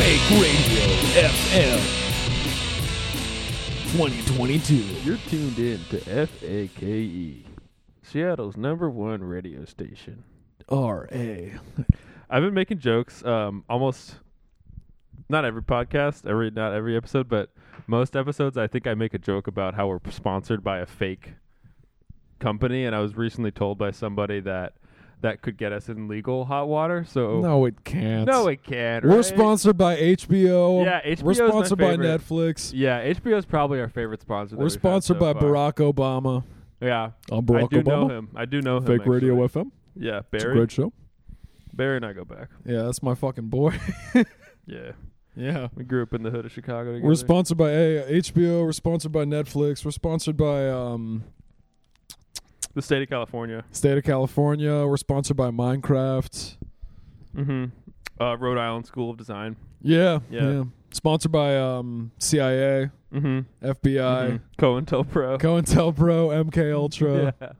Radio FM 2022. You're tuned in to FAKE, E, Seattle's number one radio station. R.A. I've been making jokes um, almost not every podcast, every not every episode, but most episodes. I think I make a joke about how we're sponsored by a fake company, and I was recently told by somebody that that could get us in legal hot water. So No, it can't. Oh. No, it can't. We're right? sponsored by HBO. Yeah, HBO 's my We're sponsored by favorite. Netflix. Yeah, HBO is probably our favorite sponsor. that We're we've had sponsored so by far. Barack Obama. Yeah, I'm Barack I do Obama. know him. I do know him. Fake Radio actually. FM. Yeah, It's a Barry. great show. Barry and I go back. Yeah, that's my fucking boy. Yeah, yeah. we grew up in the hood of Chicago together. We're sponsored by uh, HBO. We're sponsored by Netflix. We're sponsored by um, the state of California. State of California. We're sponsored by Minecraft. Mm-hmm. Uh, Rhode Island School of Design. Yeah, Yeah. yeah. Sponsored by um, CIA, Mm-hmm. FBI, COINTELPRO. COINTELPRO, MK Ultra. Yeah.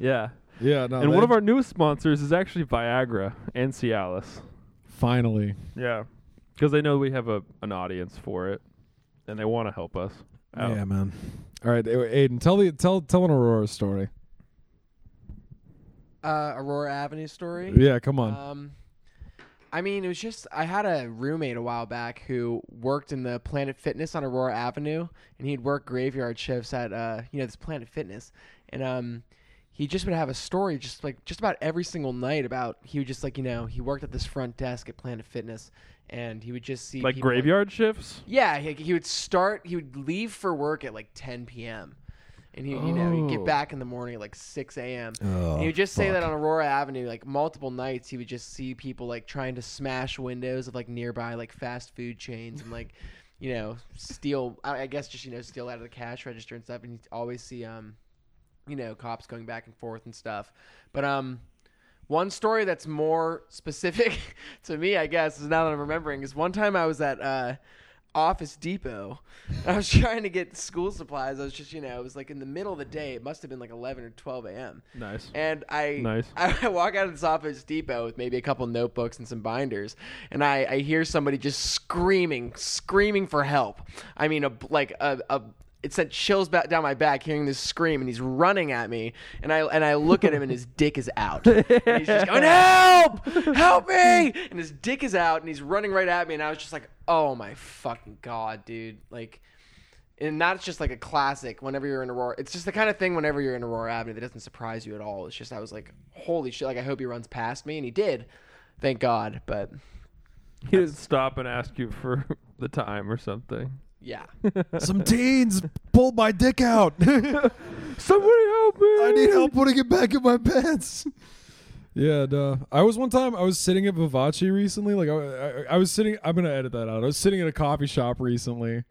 Yeah. yeah. no, and they- one of our newest sponsors is actually Viagra and Cialis. finally. Yeah. Because they know we have a an audience for it, and they want to help us. out. Yeah, man. All right, Aiden, tell the tell tell an Aurora story. uh, Aurora Avenue story. Yeah, come on. Um, I mean, it was just I had a roommate a while back who worked in the Planet Fitness on Aurora Avenue, and he'd work graveyard shifts at uh, you know this Planet Fitness, and um, he just would have a story just like just about every single night about he would just like you know he worked at this front desk at Planet Fitness, and he would just see Like people, graveyard shifts. yeah, he, he would start. He would leave for work at like 10 p.m. And he, you know, he'd Oh. get back in the morning at like 6 a.m. Oh, and he would just say that on Aurora Avenue, like multiple nights, he would just see people like trying to smash windows of like nearby like fast food chains and like, you know, steal. I, I guess just you know, steal out of the cash register and stuff. And you always see um, you know, cops going back and forth and stuff. But um, one story that's more specific to me, I guess, is now that I'm remembering, is one time I was at uh, Office Depot. I was trying to get school supplies. I was just, you know, it was like in the middle of the day. It must have been like 11 or 12 a.m. Nice. And I, Nice. I, I walk out of this Office Depot with maybe a couple notebooks and some binders, and I, I hear somebody just screaming, screaming for help. I mean, a, like a, a it sent chills back down my back hearing this scream, and he's running at me, and I and I look at him, and his dick is out. And he's just going, "Help! Help me!" And his dick is out, and he's running right at me, and I was just like, "Oh my fucking god, dude!" Like and that's just like a classic whenever you're in Aurora. It's just the kind of thing whenever you're in Aurora Avenue that doesn't surprise you at all. It's just I was like, holy shit, like I hope he runs past me and he did. Thank God. But He didn't stop and ask you for the time or something. yeah. Some teens pulled my dick out. I Somebody help me! need help putting it back in my pants. Yeah, duh. I was one time I was sitting at Vivace recently. Like I, I, I was sitting. I'm gonna edit that out. I was sitting at a coffee shop recently.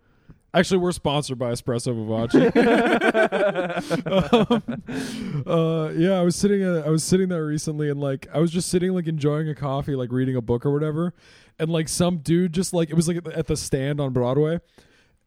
Actually, we're sponsored by Espresso Vivace. um, uh, yeah, I was sitting. At, I was sitting there recently, and like I was just sitting, like enjoying a coffee, like reading a book or whatever. And like some dude just like it was like at the, at the stand on Broadway,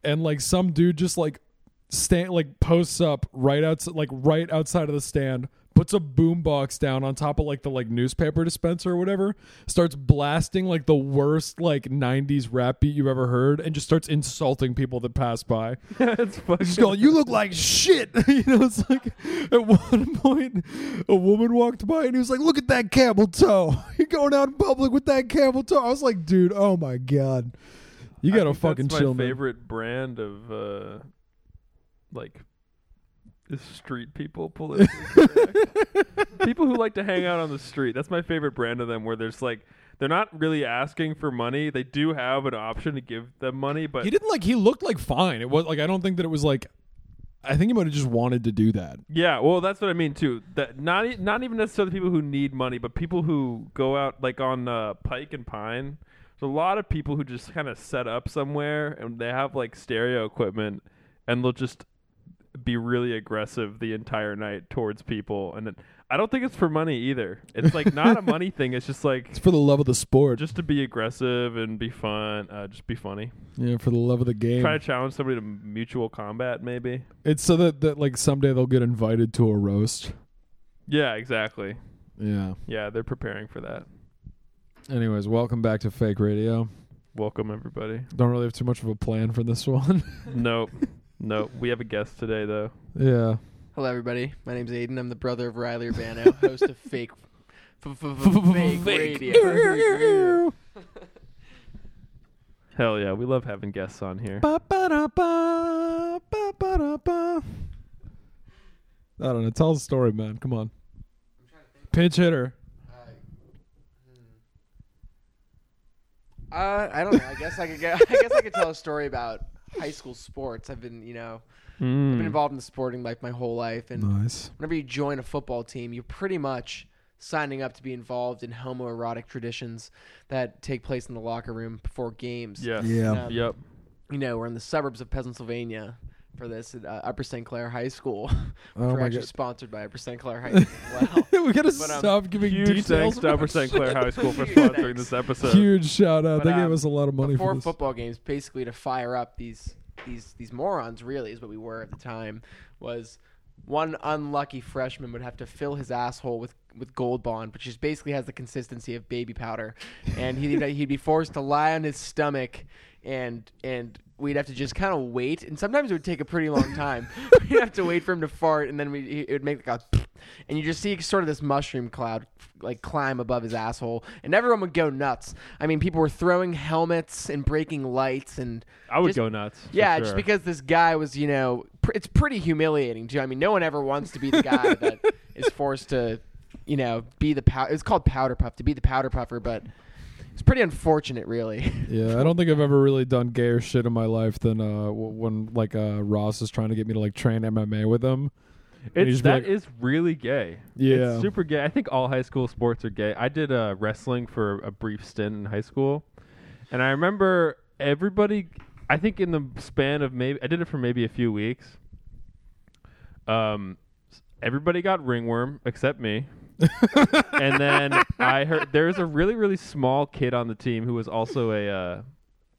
and like some dude just like stand like posts up right outside like right outside of the stand puts a boombox down on top of like the like newspaper dispenser or whatever starts blasting like the worst like 90s rap beat you've ever heard and just starts insulting people that pass by it's fucking. just going you look like shit you know it's like at one point a woman walked by and he was like look at that camel toe you're going out in public with that camel toe i was like dude oh my god you I gotta think that's fucking my chill man. favorite brand of uh, like is street people politically correct. people who like to hang out on the street. That's my favorite brand of them, where there's like they're not really asking for money. They do have an option to give them money, but he didn't like he looked like fine it was like i don't think that it was like i think he might have just wanted to do that yeah, well, that's what I mean too. That not e- not even necessarily people who need money, but people who go out like on uh, Pike and Pine. There's a lot of people who just kind of set up somewhere and they have like stereo equipment, and they'll just be really aggressive the entire night towards people. And it, I don't think it's for money either. It's like not a money thing. It's just like it's for the love of the sport just to be aggressive and be fun, uh, just be funny. yeah for the love of the game Try to challenge somebody to mutual combat, maybe. it's so that, that like someday they'll get invited to a roast Yeah, exactly. yeah Yeah, they're preparing for that. anyways welcome back to fake radio Welcome everybody. Don't really have too much of a plan for this one. Nope. nope. We have a guest today though. yeah. Hello, everybody. My name's Aiden. I'm the brother of Riley Urbano, host of Fake f- f- f- Fake Radio. Hell yeah, we love having guests on here. Ba-ba-da-ba, ba-ba-da-ba. I don't know. Tell the story, man. Come on. Pinch hitter. Uh, I don't know. I guess I could. Go, I guess I could tell a story about high school sports. I've been, you know, I've been Mm. involved in the sporting life my whole life, and Nice. whenever you join a football team, you're pretty much signing up to be involved in homoerotic traditions that take place in the locker room before games. Yes. Yeah. Um, Yep. you know, we're in the suburbs of Pennsylvania for this at uh, Upper St. Clair High School. Oh we're my actually God. sponsored by Upper St. Clair High School. as well. we gotta But, um, stop giving Huge details. thanks to about Upper St. Clair High School for Huge sponsoring thanks. this episode. Huge shout out. But, they gave um, us a lot of money for before this. football games, basically to fire up these these these morons. Really, is what we were at the time. Was one unlucky freshman would have to fill his asshole with with Gold Bond, which just basically has the consistency of baby powder, and he'd he'd be forced to lie on his stomach, and and we'd have to just kind of wait, and sometimes it would take a pretty long time. we'd have to wait for him to fart, and then we he- it would make like a. And you just see sort of this mushroom cloud like climb above his asshole, and everyone would go nuts. I mean, people were throwing helmets and breaking lights, and I would just- go nuts. for yeah, just sure. because this guy was, you know, pr- it's pretty humiliating too. I mean, no one ever wants to be the guy that is forced to, you know, be the pow- it's called powder puff to be the powder puffer, but it's pretty unfortunate, really. Yeah, I don't think I've ever really done gayer shit in my life than uh, w- when like uh, Ross is trying to get me to like train MMA with him. And It's, he's like- that is really gay. Yeah. It's super gay. I think all high school sports are gay. I did uh, wrestling for a brief stint in high school. And I remember everybody, I think in the span of maybe, I did it for maybe a few weeks. Um, s- everybody got ringworm except me. and then I heard there's a really, really small kid on the team who was also a. Uh,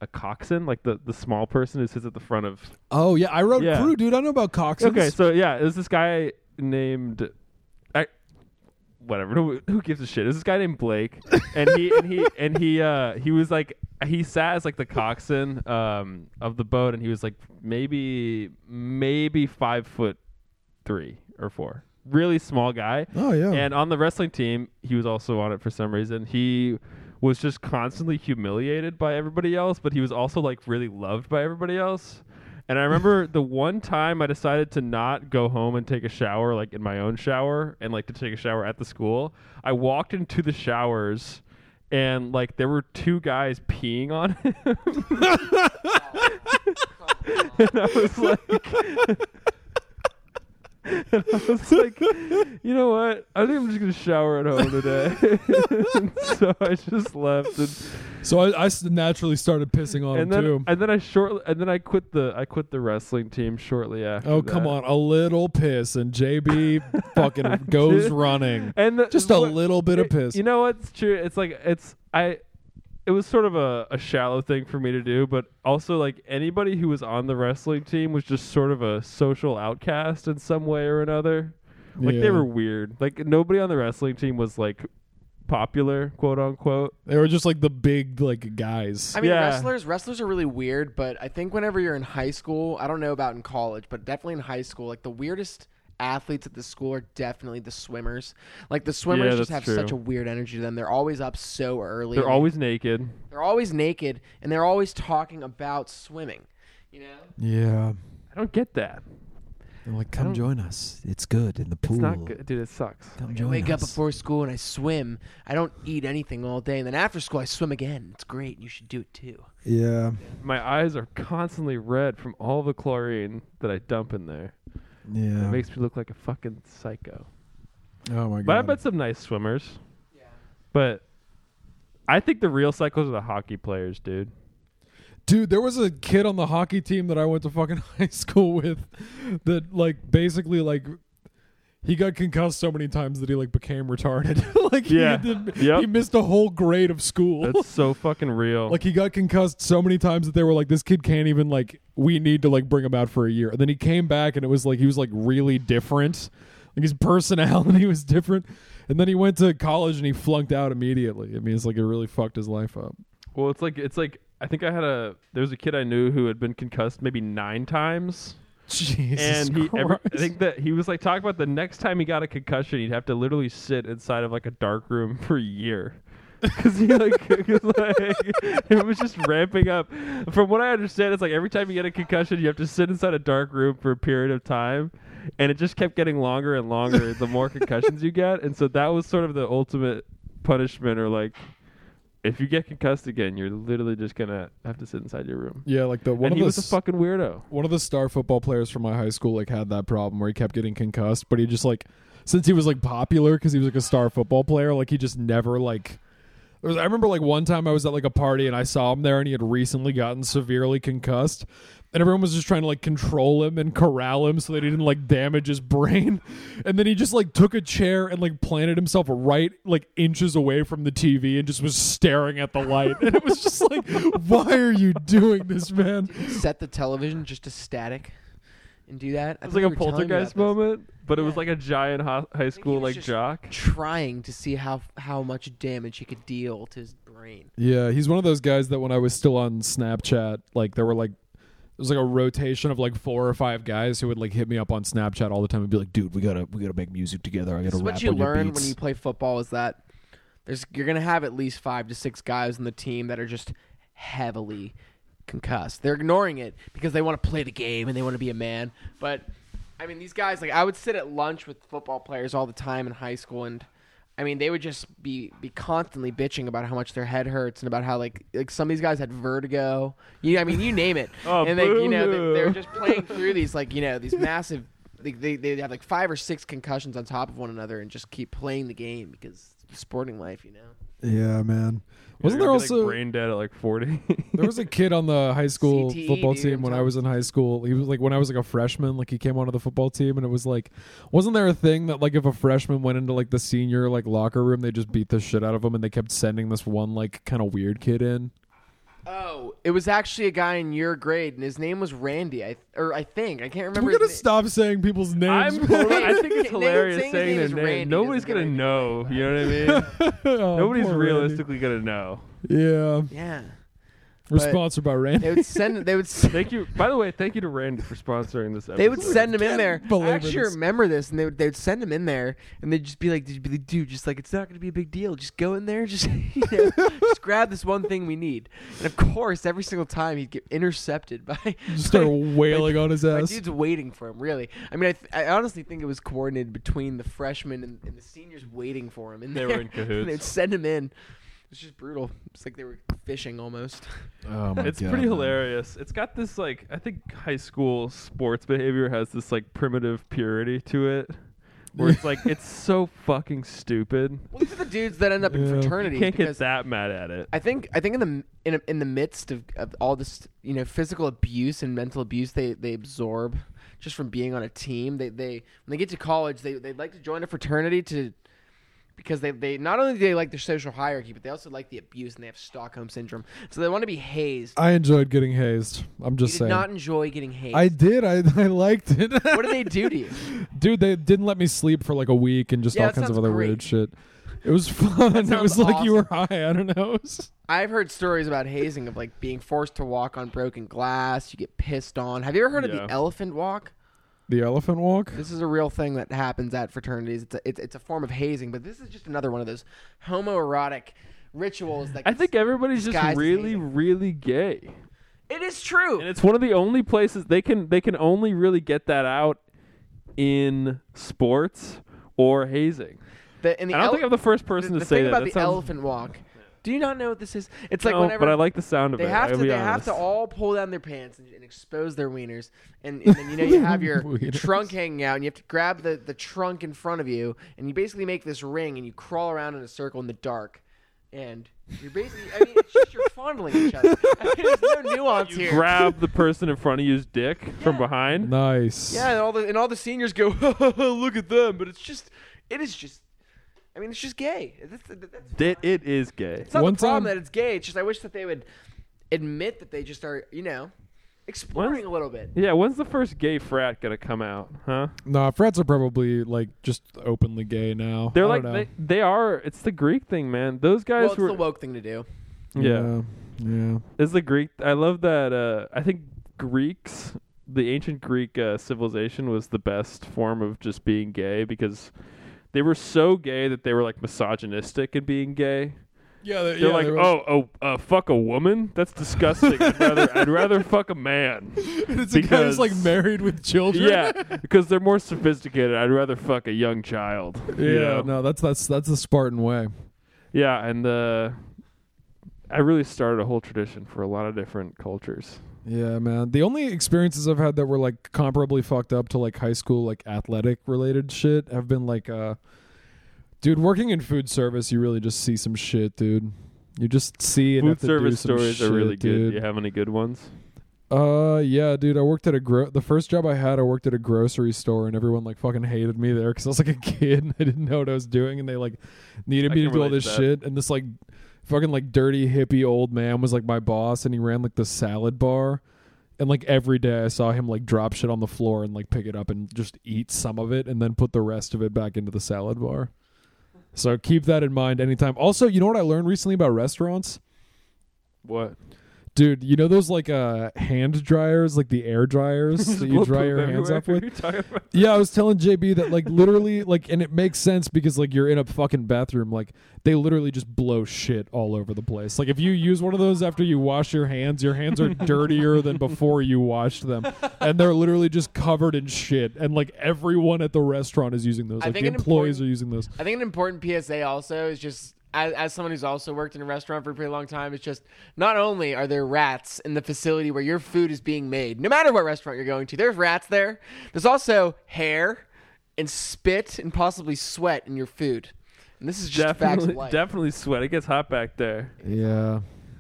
a coxswain, like the, the small person who sits at the front of Oh yeah, I rode Yeah. crew, dude. I know about Cox. Okay, so yeah, there's this guy named I whatever. Who, who gives a shit? There's this guy named Blake, and he and he and he uh he was like he sat as like the coxswain um of the boat, and he was like maybe maybe five foot three or four, really small guy. Oh yeah. And on the wrestling team, he was also on it for some reason. He was just constantly humiliated by everybody else, but he was also like really loved by everybody else. And I remember the one time I decided to not go home and take a shower, like in my own shower, and like to take a shower at the school. I walked into the showers, and like there were two guys peeing on him. and I was like, and I was like, you know what? I think I'm just gonna shower at home today. And so I just left, and, So I, I s- naturally started pissing on and him then too. and then I short and then I quit the I quit the wrestling team shortly after. oh come that. on, a little piss and JB fucking goes Dude. running. And the, Just a what- little bit of it- piss. You know what's true? It's like it's I. It was sort of a, a shallow thing for me to do, but also like anybody who was on the wrestling team was just sort of a social outcast in some way or another. Like Yeah. they were weird. Like nobody on the wrestling team was like popular, quote unquote. They were just like the big like guys. I mean, Yeah. wrestlers wrestlers are really weird, but I think whenever you're in high school, I don't know about in college, but definitely in high school, like the weirdest athletes at the school are definitely the swimmers. Like the swimmers Yeah, just that's have such a true. weird energy to them. They're always up so early. They're I mean, always naked. they're always naked and they're always talking about swimming. You know? yeah. I don't get that. They're like, I come don't- join us. It's good in the pool. It's not good, dude. It sucks. Come I join wake up us. before school and I swim. I don't eat anything all day, and then after school I swim again. It's great. You should do it too. yeah. My eyes are constantly red from all the chlorine that I dump in there. It Yeah. makes me look like a fucking psycho. Oh my god. But I bet some nice swimmers. But I think the real cycles are the hockey players, dude. Dude, there was a kid on the hockey team that I went to fucking high school with that like basically like he got concussed so many times that he like became retarded. like Yeah. he, did, Yep. he missed a whole grade of school. That's so fucking real. like he got concussed so many times that they were like this kid can't even like we need to like bring him out for a year. And then he came back and it was like he was like really different. Like his personality was different. And then he went to college and he flunked out immediately. I mean, it's like it really fucked his life up. well, it's like it's like I think I had a there was a kid I knew who had been concussed maybe nine times. Jesus and he every, Christ. I think that he was like talking about the next time he got a concussion, he'd have to literally sit inside of like a dark room for a year. Because he like, 'cause, like, it was just ramping up. From what I understand, it's like every time you get a concussion, you have to sit inside a dark room for a period of time, and it just kept getting longer and longer the more concussions you get. And so that was sort of the ultimate punishment, or like, if you get concussed again, you're literally just gonna have to sit inside your room. yeah, like the one and of he the was a s- fucking weirdo. one of the star football players from my high school like had that problem where he kept getting concussed, but he just like since he was like popular because he was like a star football player, like he just never like. there was- I remember like one time I was at like a party and I saw him there and he had recently gotten severely concussed, and everyone was just trying to like control him and corral him so that he didn't like damage his brain, and then he just like took a chair and like planted himself right like inches away from the TV and just was staring at the light, and it was just like, why are you doing this, man? Set the television just to static and do that. I It was like a think you were telling me poltergeist about this. moment, but it was Yeah. like a giant ho- high school was like just- jock. Trying to see how how much damage he could deal to his brain. Yeah, he's one of those guys that when I was still on Snapchat, like there were like there was like a rotation of like four or five guys who would like hit me up on Snapchat all the time and be like, "Dude, we gotta we gotta make music together. I This gotta is rap what you on your learn when beats." you play football: is that there's you're gonna have at least five to six guys on the team that are just heavily concussed. They're ignoring it because they want to play the game and they want to be a man. But I mean, these guys like I would sit at lunch with football players all the time in high school, and I mean they would just be be constantly bitching about how much their head hurts and about how like like some of these guys had vertigo. You, I mean, you name it. Oh, and like you know boo-hoo. they, they're just playing through these like you know these massive. They, they, they have like five or six concussions on top of one another and just keep playing the game because it's sporting life, you know. yeah, man. They're Wasn't there gonna be, like, also brain dead at like forty? there was a kid on the high school CTE, football dude, team I'm when I telling was in high school. He was like when I was like a freshman, like he came onto the football team and it was like wasn't there a thing that like if a freshman went into like the senior like locker room, they just beat the shit out of him and they kept sending this one like kind of weird kid in? Oh, it was actually a guy in your grade, and his name was Randy. I or I think I can't remember. We're gonna his stop saying people's names. I'm totally, I think Saying it's his hilarious name saying, is their name. Randy Nobody's doesn't get gonna anything know. You know what I mean? Oh, Nobody's poor Randy. realistically gonna know. Yeah, name. Yeah, we're But- sponsored by Randy. they would send. They would. s- Thank you. By the way, thank you to Randy for sponsoring this episode. They would send him in there. I belabor actually this. remember this, and they would, they would send him in there, and they'd just be like, they'd be like, "Dude, just like it's not going to be a big deal. Just go in there, just you know, just grab this one thing we need." And of course, every single time he'd get intercepted by Just start by- wailing on his My ass. dude's waiting for him, really. I mean, I, th- I honestly think it was coordinated between the freshmen and, and the seniors waiting for him. And They were in cahoots. They'd send him in. It's just brutal. It's like they were fishing almost. Oh my It's God, pretty man. hilarious. It's got this like I think high school sports behavior has this like primitive purity to it, where it's like it's so fucking stupid. Well, these are the dudes that end up in Yeah. fraternities. You can't get because that mad at it. I think I think in the in in the midst of, of all this you know physical abuse and mental abuse they they absorb just from being on a team they they when they get to college they they like to join a fraternity to because they, they not only do they like their social hierarchy but they also like the abuse and they have Stockholm syndrome so they want to be hazed. I enjoyed getting hazed. I'm You just did saying. not enjoy getting hazed. I did. I, I liked it. what did they do to you? Dude, they didn't let me sleep for like a week and just Yeah, all that kinds of sounds other great. weird shit. It was fun. It sounds was like you awesome. were high. I don't know. It was- I've heard stories about hazing of like being forced to walk on broken glass. You get pissed on. Have you ever heard of Yeah. the elephant walk? the elephant walk. This is a real thing that happens at fraternities. It's a, it's, it's a form of hazing, but this is just another one of those homoerotic rituals that I think everybody's Disguised just as really, hazing. really gay. it is true. and it's one of the only places they can they can only really get that out in sports or hazing. The- and the I don't ele- think I'm the first person to the, the say thing that. about That the sounds- elephant walk. Do you not know what this is? It's like No, whenever but I like the sound of they it. have I'll to be they have honest. to all pull down their pants and, and expose their wieners, and, and then you know you have your, your Wieners. trunk hanging out, and you have to grab the the trunk in front of you, and you basically make this ring, and you crawl around in a circle in the dark, and you're basically I mean it's just you're fondling each other. I mean, there's no nuance here. grab the person in front of you's dick from Yeah. behind. Nice. Yeah, and all the and all the seniors go, look at them. But it's just, it is just. I mean, it's just gay. That's, that's, That it is gay. it's not One the problem time- that it's gay. It's just I wish that they would admit that they just are, you know, exploring a little bit. Yeah, when's the first gay frat gonna come out? Huh? Nah, frats are probably like just openly gay now. They're I like don't know. they, they are. It's the Greek thing, man. Those guys Well, it's were the woke thing to do. yeah. Yeah. Is the Greek? I love that. Uh, I think Greeks, the ancient Greek uh, civilization, was the best form of just being gay because they were so gay that they were like misogynistic in being gay. Yeah, They're like, oh, oh, uh, fuck a woman? That's disgusting. I'd rather, I'd rather fuck a man. it's a guy who's, because- like like, married with children. Yeah, because they're more sophisticated. I'd rather fuck a young child. yeah. you know? No, that's that's that's the Spartan way. Yeah, and uh, I really started a whole tradition for a lot of different cultures. Yeah, man. The only experiences I've had that were like comparably fucked up to like high school, like athletic related shit, have been like, uh, dude, working in food service, you really just see some shit, dude. You just see and have Food to do service some stories shit, are really good. dude. Do you have any good ones? Uh, yeah, dude. I worked at a gro- the first job I had. I worked at a grocery store, and everyone like fucking hated me there because I was like a kid and I didn't know what I was doing, and they like needed I me to can do all relate this to that. shit. And this like fucking like dirty hippie old man was like my boss, and he ran like the salad bar, and like every day I saw him like drop shit on the floor and like pick it up and just eat some of it, and then put the rest of it back into the salad bar. So keep that in mind anytime. Also, you know what I learned recently about restaurants? What? Dude, you know those like uh hand dryers, like the air dryers that you dry your hands up with? Yeah, I was telling JB that like literally like and it makes sense because like you're in a fucking bathroom, like they literally just blow shit all over the place. Like if you use one of those after you wash your hands, your hands are dirtier than before you washed them. And they're literally just covered in shit. And like everyone at the restaurant is using those. I Like the think an employees important- are using those. I think an important PSA also is just as, as someone who's also worked in a restaurant for a pretty long time, it's just not only are there rats in the facility where your food is being made, no matter what restaurant you're going to, there's rats there. There's also hair and spit and possibly sweat in your food. And this is just facts Definitely, of life. definitely sweat. It gets hot back there. Yeah.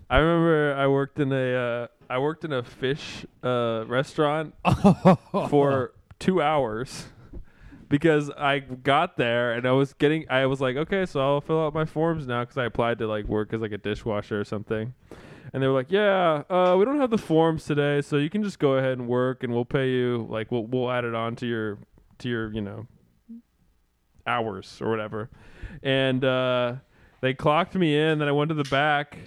I remember I worked in a uh, I worked in a fish uh, restaurant for two hours because I got there and I was getting I was like okay so I'll fill out my forms now because I applied to like work as like a dishwasher or something and they were like yeah uh, we don't have the forms today so you can just go ahead and work and we'll pay you like we'll we'll add it on to your to your you know hours or whatever. And uh, they clocked me in. Then I went to the back,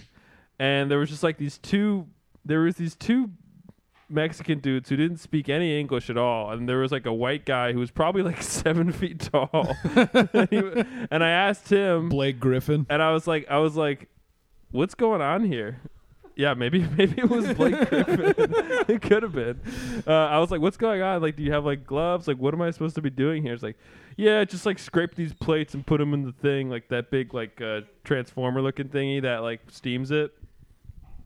and there was just like these two. There was these two Mexican dudes who didn't speak any English at all, and there was like a white guy who was probably like seven feet tall. and, he w- and I asked him, Blake Griffin. and I was like, I was like, what's going on here? Yeah, maybe maybe it was Blake Griffin. it could have been. Uh, I was like, what's going on? Like, do you have like gloves? Like, what am I supposed to be doing here? It's like, yeah, just like scrape these plates and put them in the thing, like that big like uh, transformer looking thingy that like steams it.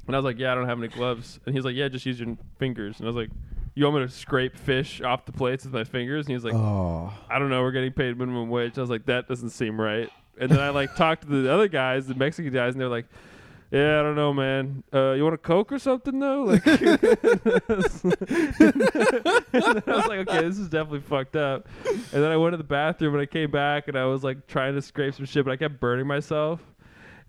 And I was like, yeah, I don't have any gloves. And he's like, yeah, just use your fingers. And I was like, you want me to scrape fish off the plates with my fingers? And he was like, Oh. I don't know, we're getting paid minimum wage. I was like, that doesn't seem right. And then I like talked to the other guys, the Mexican guys, and they're like, yeah, I don't know, man. Uh, you want a Coke or something, though? Like, and I was like, okay, this is definitely fucked up. And then I went to the bathroom and I came back and I was like trying to scrape some shit, but I kept burning myself.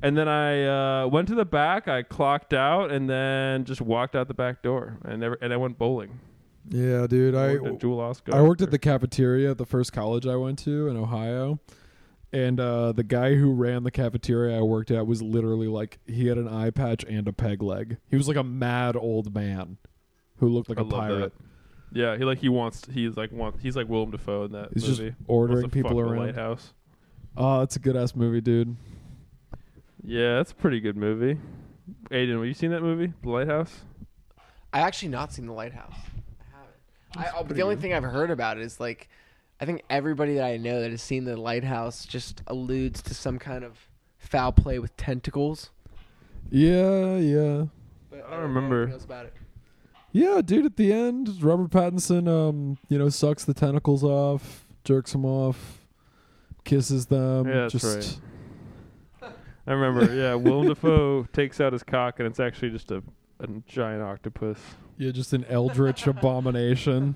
And then I uh, went to the back, I clocked out, and then just walked out the back door. And never, and I went bowling. Yeah, dude. I worked at Jewel Osco. I worked at the cafeteria at the first college I went to in Ohio. And uh, the guy who ran the cafeteria I worked at was literally like he had an eye patch and a peg leg. He was like a mad old man who looked like I a love that. pirate. Yeah, he like he wants he's like want he's like Willem Dafoe in that He's just movie. ordering Wants to people fuck the around. lighthouse. Oh, that's a good ass movie, dude. Yeah, that's a pretty good movie. Aiden, have you seen that movie, The Lighthouse? I actually not seen the lighthouse. I haven't. I, but pretty the only good. thing I've heard about it is like, I think everybody that I know that has seen the lighthouse just alludes to some kind of foul play with tentacles. Yeah, yeah. But I don't remember. anything else about it. Yeah, dude, at the end, Robert Pattinson um, you know, sucks the tentacles off, jerks them off, kisses them. Yeah, that's just right. I remember. Yeah, Willem Dafoe takes out his cock and it's actually just a, a giant octopus. yeah, just an eldritch abomination.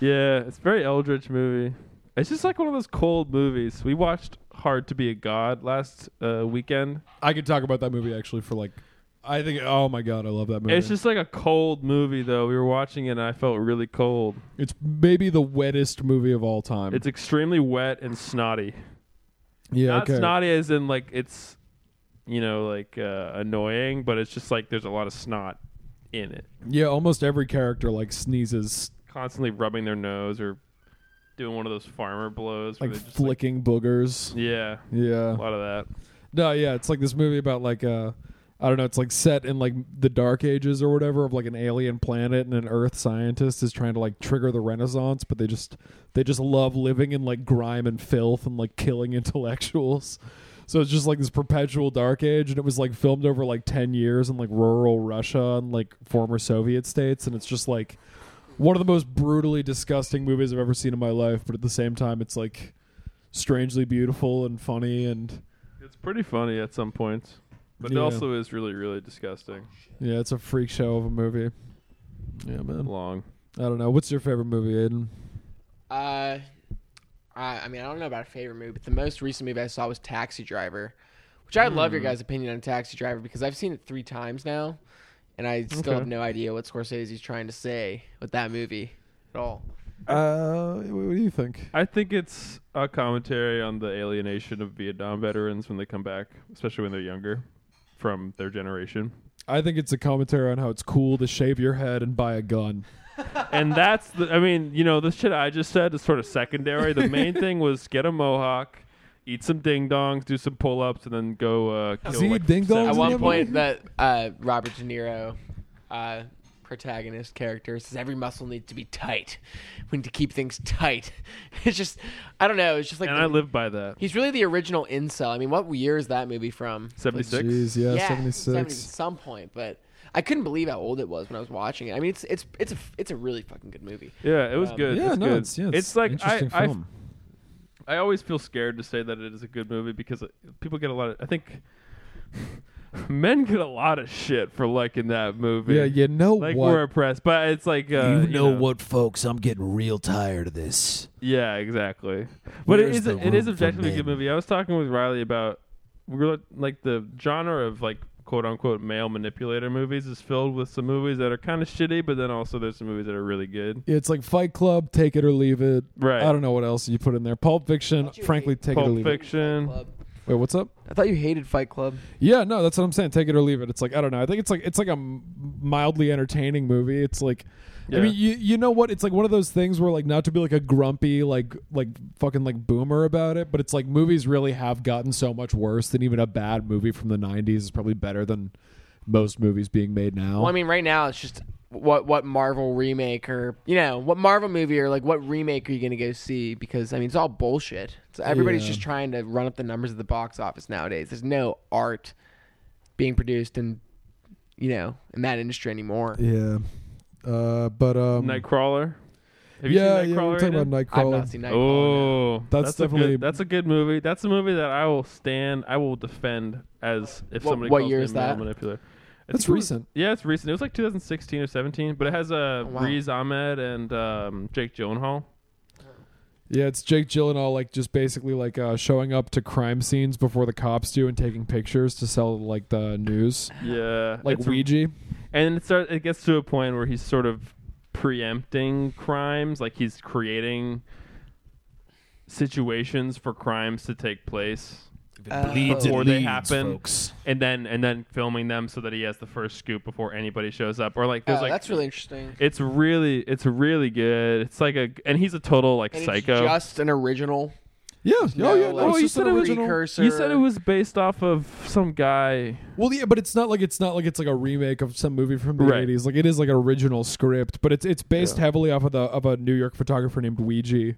Yeah, it's a very eldritch movie. It's just like one of those cold movies. We watched Hard to Be a God last uh, weekend. I could talk about that movie actually for like. I think. Oh my god, I love that movie. It's just like a cold movie though. We were watching it and I felt really cold. It's maybe the wettest movie of all time. It's extremely wet and snotty. yeah. Not Okay. snotty as in like it's you know, like uh, annoying, but it's just like there's a lot of snot in it. Yeah, almost every character like sneezes, Constantly rubbing their nose or doing one of those farmer blows. Where like they just, flicking boogers. yeah, Yeah. a lot of that. No, yeah, it's like this movie about like uh I don't know, it's like set in like the dark ages or whatever of like an alien planet and an earth scientist is trying to like trigger the renaissance, but they just they just love living in like grime and filth and like killing intellectuals. So it's just like this perpetual dark age and it was like filmed over like 10 years in like rural Russia and like former Soviet states and it's just like one of the most brutally disgusting movies I've ever seen in my life, but at the same time it's like strangely beautiful and funny and It's pretty funny at some points, but Yeah. it also is really, really disgusting. Yeah, it's a freak show of a movie. Yeah, man. Long. I don't know. What's your favorite movie, Aiden? Uh, I, I mean, I don't know about a favorite movie, but the most recent movie I saw was Taxi Driver, which I love Hmm. your guys' opinion on Taxi Driver because I've seen it three times now, and I still Okay. have no idea what Scorsese's trying to say with that movie at all. Uh, what do you think? I think it's a commentary on the alienation of Vietnam veterans when they come back, especially when they're younger from their generation. I think it's a commentary on how it's cool to shave your head and buy a gun. and that's the I mean, you know, the shit I just said is sort of secondary. The main thing was get a mohawk, eat some ding dongs, do some pull ups, and then go uh kill he like ding-dongs seven in At Is one that point, that uh, Robert De Niro, uh, protagonist character, says every muscle needs to be tight. We need to keep things tight. It's just, I don't know. It's just like And the- I live by that. he's really the original incel. I mean, what year is that movie from? Seventy six. Oh, Jeez, yeah, yeah, 70 at 76. some point, but I couldn't believe how old it was when I was watching it. I mean, it's it's it's a it's a really fucking good movie. Yeah, it was good. Yeah, it's no, good. it's, yeah, it's, like I, interesting I film. I always feel scared to say that it is a good movie because it- people get a lot of I think men get a lot of shit for liking that movie. yeah, you know Like what? we're oppressed, but it's like uh, you know what, folks? I'm getting real tired of this. Yeah, exactly. But it Where's is the it is room for objectively a good men? movie. I was talking with Riley about we were like- like the genre of like quote unquote male manipulator movies is filled with some movies that are kind of shitty, but then also there's some movies that are really good. it's like Fight Club, Take It or Leave It. Right. I don't know what else you put in there. Pulp Fiction, Don't you frankly, hate Take It or Pulp Leave It. Fiction. Wait, what's up? I thought you hated Fight Club. Yeah, no, that's what I'm saying. Take it or leave it. It's like I don't know. I think it's like it's like a m- mildly entertaining movie. It's like, I Yeah. mean, you you know what? It's like one of those things where like not to be like a grumpy like like fucking like boomer about it, but it's like movies really have gotten so much worse than even a bad movie from the '90s is probably better than most movies being made now. Well, I mean, right now it's just what what Marvel remake or you know what Marvel movie or like what remake are you going to go see? Because I mean, it's all bullshit. So everybody's Yeah. just trying to run up the numbers at the box office nowadays. There's no art being produced in you know in that industry anymore. yeah, uh, but um, Nightcrawler. Have you yeah, seen yeah, Nightcrawler? we're talking Aiden? about I've Nightcrawler. not seen Nightcrawler. Oh, That's a definitely- good, that's a good movie. That's a movie that I will stand. I will defend as if What- somebody what calls year me is a male that? manipulator. I That's think it was- recent. yeah, it's recent. It was like 2016 or 17, but it has uh, Oh, wow. Riz Ahmed and um, Jake Gyllenhaal. Yeah, it's Jake Gyllenhaal like just basically like uh, showing up to crime scenes before the cops do and taking pictures to sell like the news, Yeah, like it's- Ouija. and it starts. It gets to a point where he's sort of preempting crimes, like he's creating situations for crimes to take place, If it Uh, bleeds, it Before they leads, happen. folks. and then and then filming them so that he has the first scoop before anybody shows up, or like there's Oh, like that's really interesting. It's really, it's really good. It's like a, and he's a total like And it's psycho. just an original. Yeah, No, oh yeah, like, no, it's you just said an it was- original. precursor. you said it was based off of some guy. Well, yeah, but it's not like it's not like it's like a remake of some movie from the Right. eighties. Like it is like an original script, but it's it's based heavily off of the of a New York photographer named Ouija,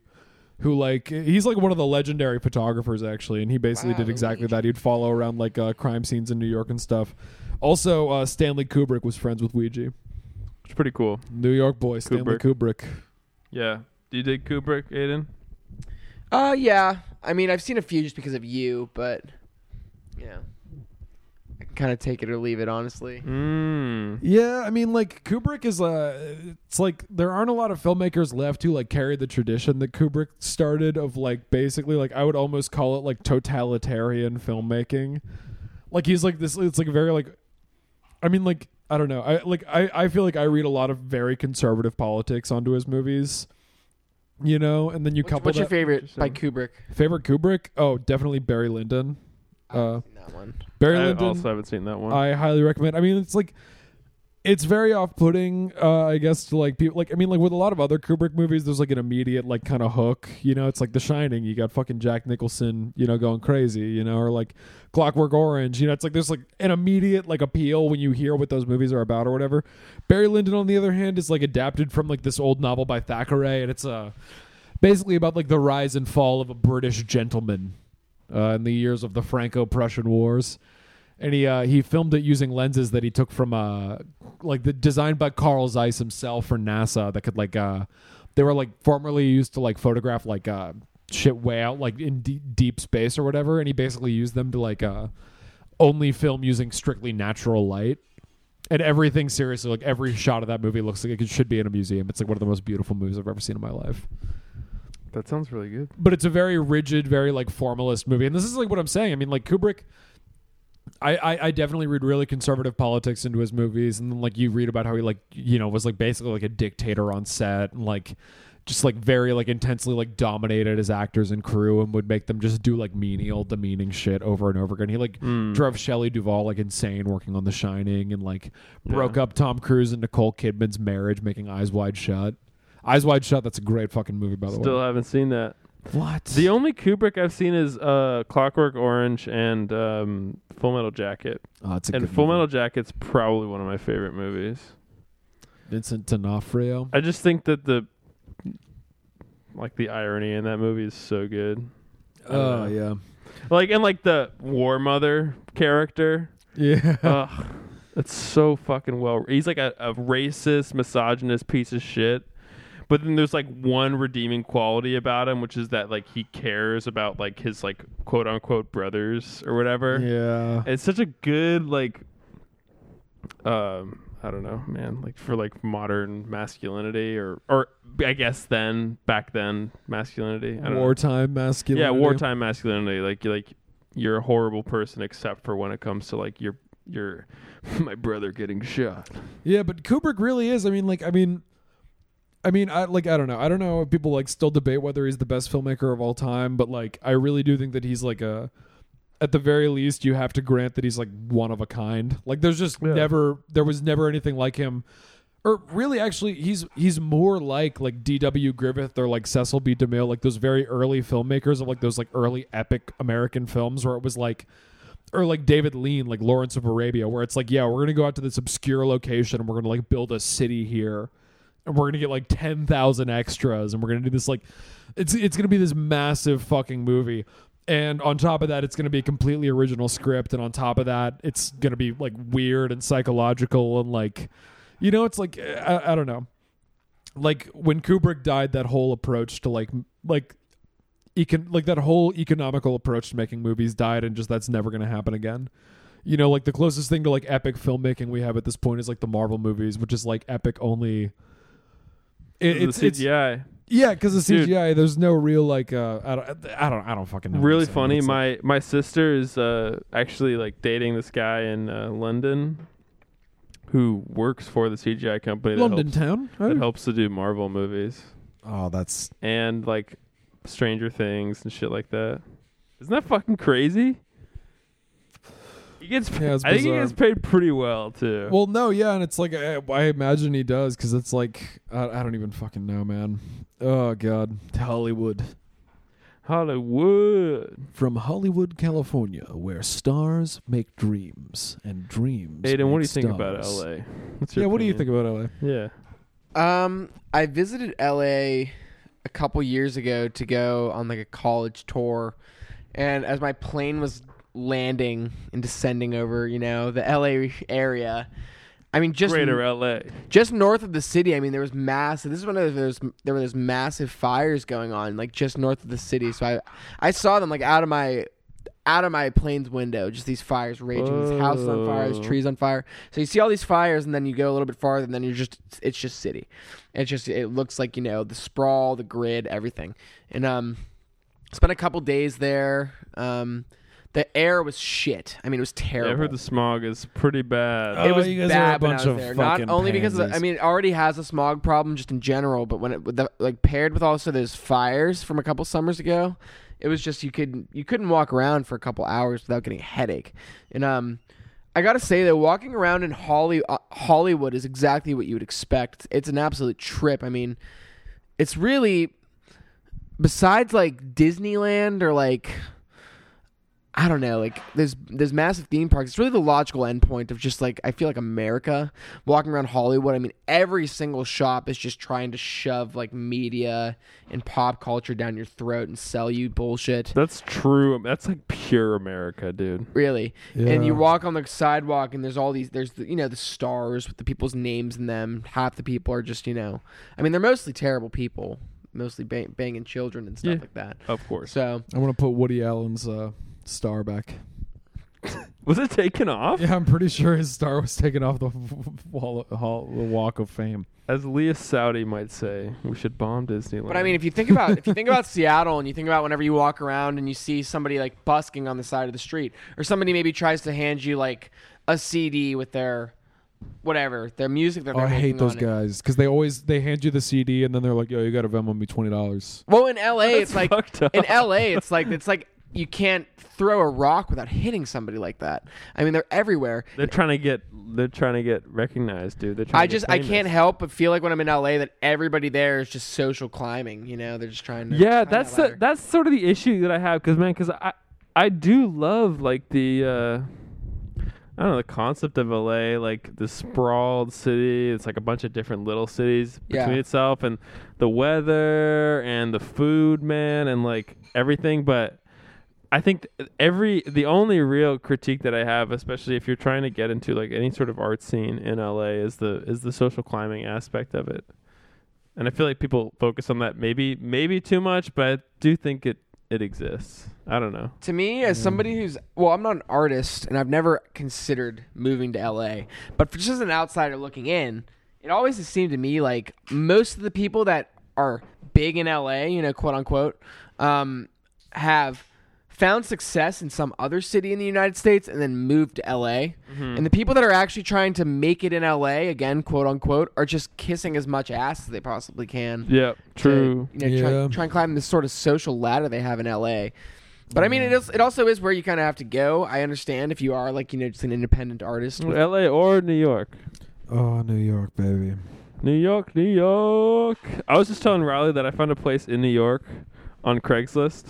who like he's like one of the legendary photographers actually, and he basically Wow, did exactly Ouija. that. He'd follow around like uh, crime scenes in New York and stuff. Also, uh, Stanley Kubrick was friends with Ouija. It's pretty cool. New York boy, Stanley Kubrick. Yeah. Do you dig Kubrick, Aiden? Uh, yeah. I mean, I've seen a few just because of you, but you know, I can kind of take it or leave it. Honestly, Mm. Yeah, I mean, like Kubrick is uh It's like there aren't a lot of filmmakers left who like carry the tradition that Kubrick started of like basically like I would almost call it like totalitarian filmmaking. Like he's like this. It's like very like. I mean, like I don't know. I like I I feel like I read a lot of very conservative politics onto his movies. You know, and then you What's- couple what's your that favorite by Kubrick? favorite Kubrick. Oh, definitely Barry Lyndon. Uh, That one. Barry I Lyndon. also haven't seen that one. I highly recommend. I mean, it's like it's very off-putting, uh, I guess, to like people. Like, I mean, like with a lot of other Kubrick movies, there's like an immediate like kind of hook. You know, it's like The Shining. You got fucking Jack Nicholson, you know, going crazy. You know, or like Clockwork Orange. You know, it's like there's like an immediate like appeal when you hear what those movies are about or whatever. Barry Lyndon, on the other hand, is like adapted from like this old novel by Thackeray, and it's Uh, Basically about like the rise and fall of a British gentleman uh, in the years of the Franco-Prussian Wars and he uh, he filmed it using lenses that he took from uh like the designed by Carl Zeiss himself for NASA that could like uh they were like formerly used to like photograph like uh shit way out like in de- deep space or whatever and he basically used them to like uh only film using strictly natural light and everything seriously like every shot of that movie looks like it should be in a museum it's like one of the most beautiful movies I've ever seen in my life that sounds really good. but it's a very rigid, very like formalist movie. And this is like what I'm saying. I mean, like Kubrick, I I, I definitely read really conservative politics into his movies, and then like you read about how he like you know was like basically like a dictator on set, and like just like very like intensely like dominated his actors and crew and would make them just do like menial demeaning shit over and over again. He like Mm. Mm-hmm. drove Shelley Duvall like insane working on The Shining and like broke up Tom Cruise and Nicole Kidman's marriage making Eyes Wide Shut. Eyes Wide Shut, that's a great fucking movie by the way. Still haven't seen that. What? The only Kubrick I've seen is uh, Clockwork Orange and um, Full Metal Jacket. oh, it's a And good Full movie. Metal Jacket's probably one of my favorite movies. Vincent D'Onofrio. I just think that the like the irony in that movie is so good. I don't Oh know. yeah, Like and like the war mother character. yeah. Ugh, it's so fucking well. He's like a, a racist, misogynist piece of shit. But then there's like one redeeming quality about him, which is that like he cares about like his like quote unquote brothers or whatever. yeah. It's such a good like, um, I don't know, man. Like for like modern masculinity or or I guess then back then masculinity. I don't know. Wartime Yeah, masculinity. wartime masculinity. Like you're like you're a horrible person except for when it comes to like your your my brother getting shot. Yeah, but Kubrick really is. I mean, like, I mean, I mean, I like, I don't know. I don't know. if People like still debate whether he's the best filmmaker of all time, but like, I really do think that he's like a. At the very least, you have to grant that he's like one of a kind. Like, there's just Yeah. never, there was never anything like him. Or really, actually, he's he's more like like D.W. Griffith or like Cecil B. DeMille, like those very early filmmakers of like those like early epic American films where it was like or like David Lean, like Lawrence of Arabia, where it's like, yeah, we're gonna go out to this obscure location and we're gonna like build a city here, and we're gonna get like ten thousand extras, and we're gonna do this like, it's it's gonna be this massive fucking movie, and on top of that, it's gonna be a completely original script, and on top of that, it's gonna be like weird and psychological and like, you know, it's like eh, I, I don't know, like when Kubrick died, that whole approach to like like econ like that whole economical approach to making movies died and just that's never going to happen again you know like the closest thing to like epic filmmaking we have at this point is like the marvel movies which is like epic only it, it's, the it's CGI. yeah because the Dude. cgi there's no real like uh i don't i don't, I don't fucking know what I'm really saying, but funny. it's, like- My my sister is uh, actually like dating this guy in uh, London, who works for the CGI company that london helps, town that oh. helps to do Marvel movies Oh, that's and like Stranger Things and shit like that. Isn't that fucking crazy? He gets. Yeah, it's I think he bizarre. gets paid pretty well too. well no yeah and it's like i, I imagine he does because it's like I, I don't even fucking know man oh god hollywood Hollywood. from Hollywood, California, where stars make dreams and dreams. Aiden, what do you make think about stars. LA? What's yeah your what do you think opinion? about la Yeah. Um, I visited LA a couple years ago to go on like a college tour, and as my plane was landing and descending over, you know, the LA area. I mean, just Greater LA. just north of the city. I mean, there was massive. This is when there was there were those massive fires going on, like just north of the city. So I, I saw them like out of my, out of my plane's window. Just these fires raging, these houses on fire, these Whoa. trees on fire. So you see all these fires, and then you go a little bit farther, and then you're just it's just city. It's just it looks like you know the sprawl, the grid, everything, and um, spent a couple days there. Um, the air was shit. I mean, it was Yeah, terrible I've heard the smog is pretty bad. Oh, it was you guys are a bad when I was bunch of there. Not fucking only because of the, I pansies. mean, it already has a smog problem just in general, but when it with the, like paired with also those fires from a couple summers ago, It was just you couldn't you couldn't walk around for a couple hours without getting a headache. And um, I gotta say that walking around in Holly uh, Hollywood is exactly what you would expect. It's an absolute trip. I mean, it's really besides like Disneyland or like I don't know, like there's there's massive theme parks. It's really the logical endpoint of just like I feel like America walking around Hollywood. I mean, every single shop is just trying to shove like media and pop culture down your throat and sell you bullshit. That's true. That's like pure America, dude. Really. And Yeah. you walk on the sidewalk and there's all these there's the, you know the stars with the people's names in them. Half the people are just, you know, I mean, they're mostly terrible people, mostly bang, banging children and stuff Yeah. like that. Of course. So, I want to put Woody Allen's uh, star back. Was it taken off? Yeah, I'm pretty sure his star was taken off the wall, hall, the Walk of Fame. As Leah Saudi might say, we should bomb Disneyland. But I mean, if you think about if you think about Seattle and you think about whenever you walk around and you see somebody like busking on the side of the street, or somebody maybe tries to hand you like a CD with their whatever their music that Oh, they're I hate making those on it. guys because they always they hand you the CD and then they're like, "Yo, you got to Venmo me twenty dollars." Well, in LA, it's like fucked up. in LA, it's like it's like you can't throw a rock without hitting somebody like that. I mean, they're everywhere. they're trying to get they're trying to get recognized, dude. They're trying I to just get I famous. can't help but feel like when I'm in LA that everybody there is just social climbing. You know, they're just trying to Yeah, climb that that's the, ladder. that's sort of the issue that I have because man, because I I do love like the uh, I don't know the concept of LA, like the sprawled city. It's like a bunch of different little cities Yeah. between itself, and the weather and the food, man, and like everything. But I think th- every the only real critique that I have, especially if you're trying to get into like any sort of art scene in LA, is the is the social climbing aspect of it. And I feel like people focus on that maybe maybe too much, but I do think it it exists. I don't know. To me, as somebody who's well, I'm not an artist, and I've never considered moving to LA. But for just as an outsider looking in, it always has seemed to me like most of the people that are big in LA, you know, quote unquote, um, have found success in some other city in the United States and then moved to LA. And the people that are actually trying to make it in LA, again, quote unquote, are just kissing as much ass as they possibly can Yeah, to, true. you know, Yeah. try, try and climb this sort of social ladder they have in LA. But I mean, it is. It also is where you kind of have to go. I understand if you are like you know just an independent artist. with- LA or New York. Oh, New York, baby. New York, New York. I was just telling Riley that I found a place in New York on Craigslist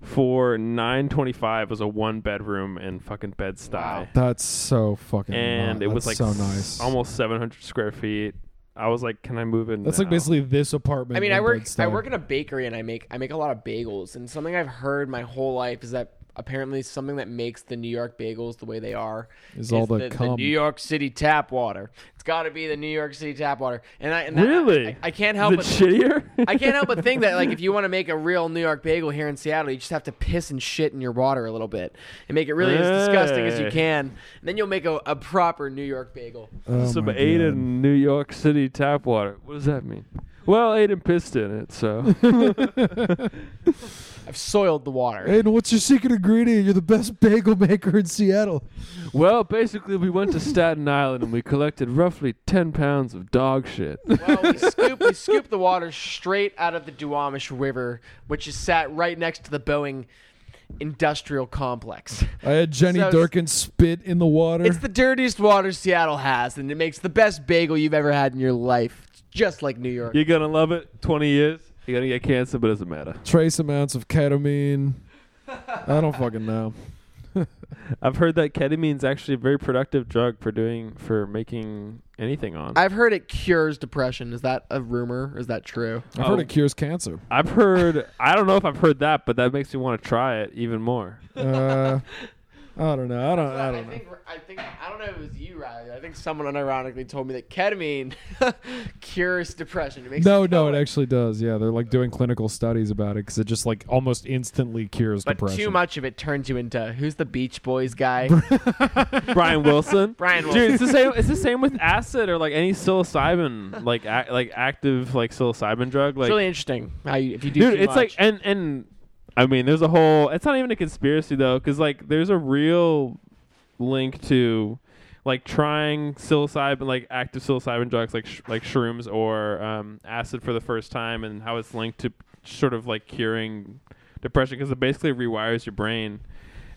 for 925 It was a one bedroom and fucking bed style. That's so fucking. and ni- it was like that's so s- nice. almost 700 square feet. I was like, can I move in? That's like now? basically this apartment. I mean, in I work. I Bed-Stuy. work in a bakery and I make I make a lot of bagels. And something I've heard my whole life is that apparently something that makes the New York bagels the way they are Is all the the, cum. New York City tap water. It's got to be the New York City tap water. And I and that- Really? I, I can't help Is but it shittier. I can't help but think that like if you want to make a real New York bagel here in Seattle, you just have to piss and shit in your water a little bit and make it really as disgusting as you Hey. can. And then you'll make a, a proper New York bagel. Oh Some my God. Aiden New York City tap water. What does that mean? Well, Aiden pissed in it, so I've soiled the water. Aiden, what's your secret ingredient? You're the best bagel maker in Seattle. well, basically, we went to Staten Island and we collected roughly ten pounds of dog shit. well, we scoop we scoop the water straight out of the Duwamish River, which is sat right next to the Boeing industrial complex. I had Jenny So it's- Durkin spit in the water. It's the dirtiest water Seattle has, and it makes the best bagel you've ever had in your life. It's just like New York. You're gonna love it. Twenty years. You're gonna get cancer, but it doesn't matter. Trace amounts of ketamine. I don't fucking know. I've heard that ketamine's actually a very productive drug for doing for making anything on. I've heard it cures depression. Is that a rumor? Is that true? I've heard Oh. it cures cancer. I've heard. I don't know if I've heard that, but that makes me want to try it even more. Uh, I don't know. I don't. I don't know. think I think I don't know if it was you, Riley. I think someone unironically told me that ketamine cures depression. It makes No, you no, feel it like- actually does. Yeah, they're like doing clinical studies about it because it just like almost instantly cures But depression. too much of it turns you into who's the Beach Boys guy? Brian Wilson. Brian Dude, Wilson. it's the same. It's the same with acid or like any psilocybin, like ac- like active like psilocybin drug. Like, it's really interesting. How you, if you do dude, too it's like much. and and I mean, there's a whole. It's not even a conspiracy though, because like there's a real link to like trying psilocybin, like active psilocybin drugs, like sh- like shrooms or um, acid for the first time, and how it's linked to sort of like curing depression because it basically rewires your brain.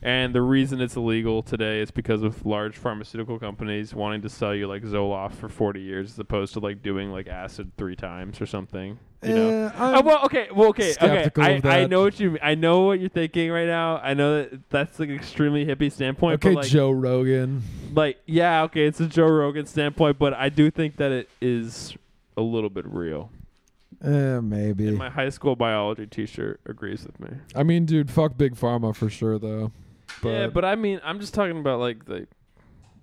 And the reason it's illegal today is because of large pharmaceutical companies wanting to sell you like Zoloft for forty years, as opposed to like doing like acid three times or something. You know? Eh, Oh, I'm- well, okay, well, okay, okay. skeptical I, of I that. know what you. I know what you're thinking right now. I know that that's like an extremely hippie standpoint. okay, but like, Joe Rogan. like, yeah, okay, it's a Joe Rogan standpoint, but I do think that it is a little bit real. Eh, maybe. My high school biology teacher agrees with me. I mean, dude, fuck big pharma for sure, though. But, yeah, but I mean, I'm just talking about like the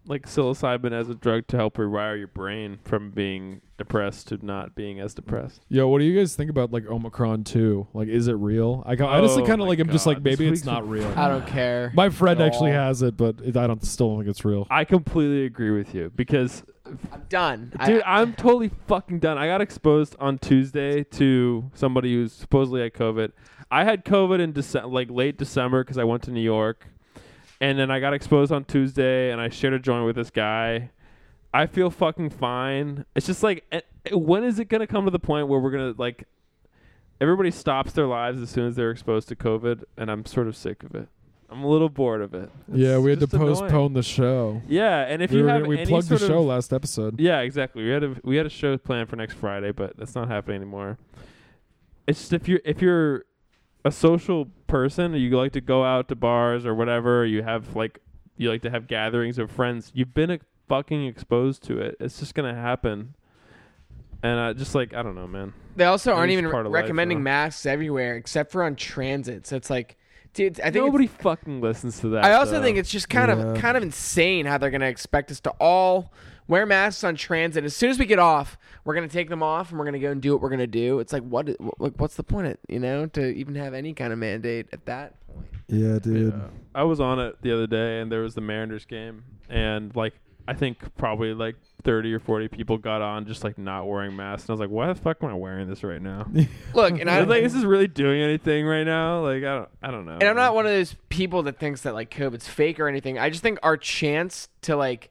like psilocybin as a drug to help rewire your brain from being depressed to not being as depressed. yo, what do you guys think about like Omicron too? Like, is it real? I ca- honestly Oh kind my of like. I'm just God, like, this maybe it's week's- not real. I don't care. My friend At actually all. has it, but it, I don't still don't think it's real. I completely agree with you because I'm done. Dude, I, I, am totally fucking done. I got exposed on Tuesday to somebody who supposedly had COVID. I had COVID in Dece- like late December because I went to New York, and then I got exposed on Tuesday, and I shared a joint with this guy. I feel fucking fine. It's just like, eh, eh, when is it gonna come to the point where we're gonna like, everybody stops their lives as soon as they're exposed to COVID, and I'm sort of sick of it. I'm a little bored of it. yeah, It's we had to just annoying. postpone the show. Yeah, and if we you were have gonna- we any plugged the sort of- show last episode. yeah, exactly. We had a we had a show planned for next Friday, but that's not happening anymore. It's just if you're if you're a social person, you like to go out to bars or whatever, you have like you like to have gatherings of friends. You've been uh, fucking exposed to it. It's just gonna happen. And uh, just like I don't know, man. they also aren't it's even part of life, recommending bro. masks everywhere except for on transit. So it's like, dude, I think it's- Nobody fucking listens to that. I also though. think it's just kind of uh, Yeah. kind of insane how they're going to expect us to all wear masks on transit. As soon as we get off, we're going to take them off and we're going to go and do what we're going to do. It's like what wh- like what's the point, of, you know, to even have any kind of mandate at that point? Yeah, dude. Yeah. I was on it the other day, and there was the Mariners game, and like I think probably like thirty or forty people got on just like not wearing masks, and I was like, why the fuck am I wearing this right now? Look, and I I was like, this is really doing anything right now. Like I don't, I don't know. and I'm not one of those people that thinks that like COVID's fake or anything. I just think our chance to like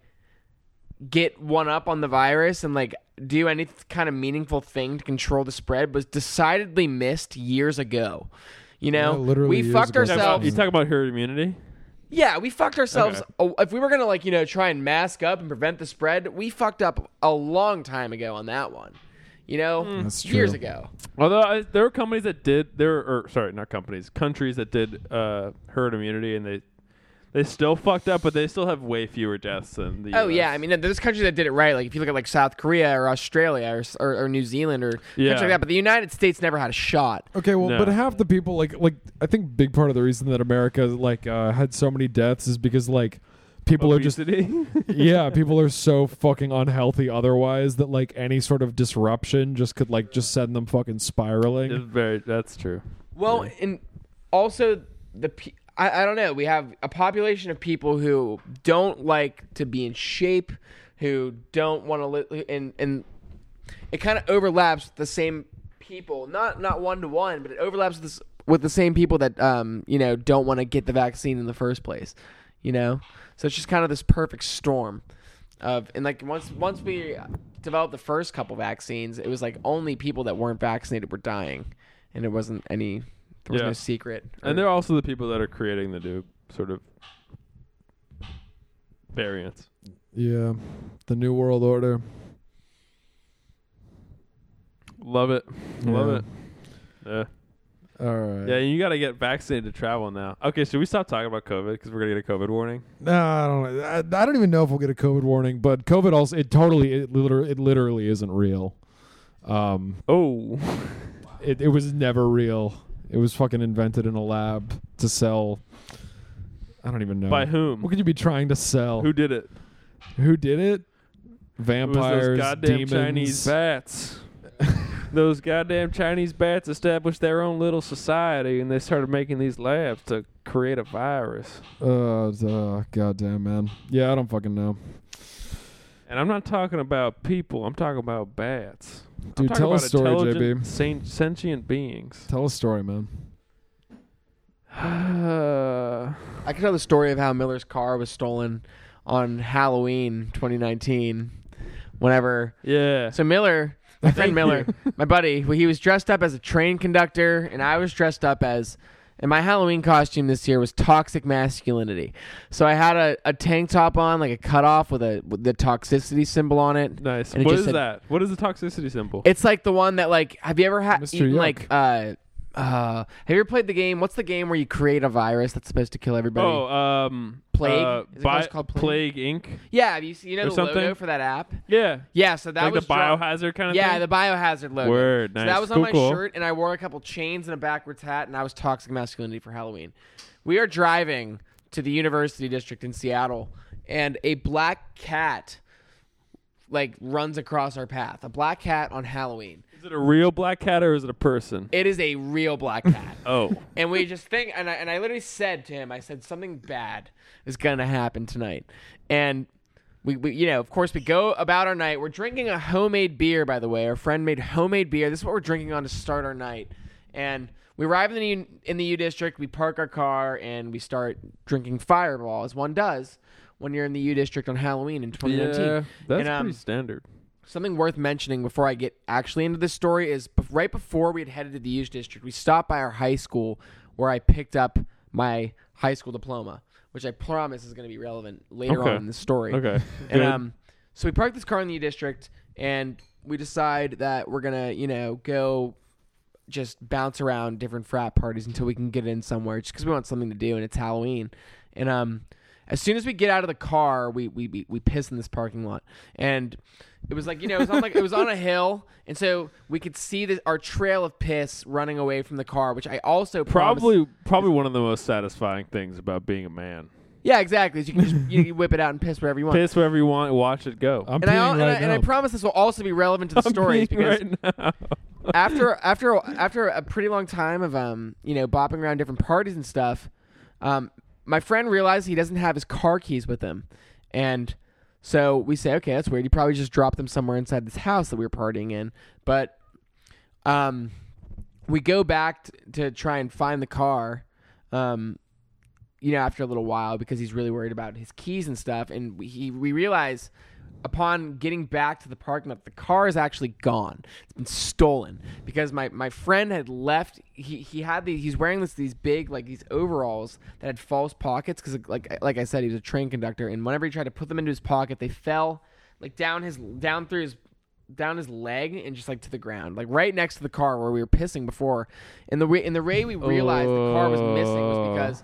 get one up on the virus and like do any kind of meaningful thing to control the spread was decidedly missed years ago. You know, Yeah, literally we years fucked ago. You talk about- ourselves. you talk about herd immunity. Yeah, we fucked ourselves. Okay. oh, If we were gonna like you know try and mask up and prevent the spread, we fucked up a long time ago on that one. You know, That's years true. ago. Although I, there were companies that did, there or sorry, not companies, countries that did uh, herd immunity, and they they still fucked up, but they still have way fewer deaths than the. Oh US. yeah, I mean there's countries that did it right. Like if you look at like South Korea or Australia or or, or New Zealand or Yeah. countries like that. But the United States never had a shot. Okay, well, No. but half the people like like I think big part of the reason that America like uh, had so many deaths is because like people are just obesity. yeah people are so fucking unhealthy otherwise that like any sort of disruption just could like just send them fucking It's spiraling. very. That's true. Well, and also the pe- I, I don't know. We have a population of people who don't like to be in shape, who don't want to live, and and it kind of overlaps with the same people. Not not one to one, but it overlaps with, this, with the same people that um you know don't want to get the vaccine in the first place. You know, so it's just kind of this perfect storm of and like once once we developed the first couple vaccines, it was like only people that weren't vaccinated were dying, and it wasn't any there was Yeah. no secret. or- And they're also the people that are creating the new sort of variants. Yeah, the new world order. Love it. Love Yeah. it. Yeah. All right. Yeah, you got to get vaccinated to travel now. Okay, should we stop talking about COVID because we're going to get a COVID warning? No, I don't. I, I don't even know if we'll get a COVID warning, but COVID also it totally it literally it literally isn't real. Um, Oh. it it was never real. It was fucking invented in a lab to sell. I don't even know By whom? What could you be trying to sell? Who did it? Who did it? It was Vampires, those goddamn demons. Chinese bats. those goddamn Chinese bats established their own little society and they started making these labs to create a virus. uh, duh, goddamn man. Yeah, I don't fucking know. And I'm not talking about people, I'm talking about bats. I'm Dude, talking tell a about story, intelligent, JB. sen- sentient beings. Tell a story, man. I can tell the story of how Miller's car was stolen on Halloween 2019. Whenever yeah. so Miller, my friend Thank Miller, my buddy, well, he was dressed up as a train conductor, and I was dressed up as And my Halloween costume this year was toxic masculinity. So I had a, a tank top on, like a cutoff with a with the toxicity symbol on it. Nice. And it What just is said- that? What is the toxicity symbol? It's like the one that like have you ever had Mr. eaten Yuck. like uh uh have you ever played the game? What's the game where you create a virus that's supposed to kill everybody? oh, um, Plague? uh, Is it called- it's bi- called Plague Inc. Yeah, have you seen you know Or the something? logo for that app? Yeah, Yeah, so that like was the drawn- biohazard kind of yeah, thing. the biohazard logo. Word, So nice. that was Cool, on my cool. shirt, and I wore a couple chains and a backwards hat, and I was toxic masculinity for Halloween. We are driving to the University District in Seattle, and a black cat like runs across our path. A black cat on Halloween. is it a real black cat or is it a person? It is a real black cat. oh, And we just think, and I, and I literally said to him, I said something bad is gonna happen tonight, and we, we, you know, of course, we go about our night. We're drinking a homemade beer, by the way. Our friend made homemade beer. This is what we're drinking on to start our night, and we arrive in the U, in the U district. We park our car and we start drinking Fireball, as one does when you're in the U district on Halloween in 2019. yeah, that's And, um, pretty standard. Something worth mentioning before I get actually into this story is bef- right before we had headed to the Youth District, we stopped by our high school where I picked up my high school diploma, which I promise is going to be relevant later Okay. on in the story. Okay, And Good. um, so we parked this car in the U District, and we decide that we're gonna, you know, go just bounce around different frat parties until we can get in somewhere, just because we want something to do, and it's Halloween. And um, as soon as we get out of the car, we we we, we piss in this parking lot, and it was like you know it was on like it was on a hill, and so we could see this, our trail of piss running away from the car, which I also promise- probably probably one of the most satisfying things about being a man. yeah exactly is you can just you, you whip it out and piss wherever you want. Piss wherever you want, watch it go. I'm and I, peeing al- and, right I, and I now. promise this will also be relevant to the story Being because right now. after after after a pretty long time of um you know bopping around different parties and stuff, um my friend realized he doesn't have his car keys with him, and so we say okay that's weird. He probably just dropped them somewhere inside this house that we were partying in, but um we go back t- to try and find the car, um you know after a little while because he's really worried about his keys and stuff, and we, he we realize upon getting back to the parking lot, the car is actually gone. It's been stolen because my, my friend had left. He, he had the he's wearing this these big like these overalls that had false pockets because like like I said he was a train conductor and whenever he tried to put them into his pocket they fell like down his down through his down his leg and just like to the ground like right next to the car where we were pissing before and the way and the way we realized the car was missing was Oh. because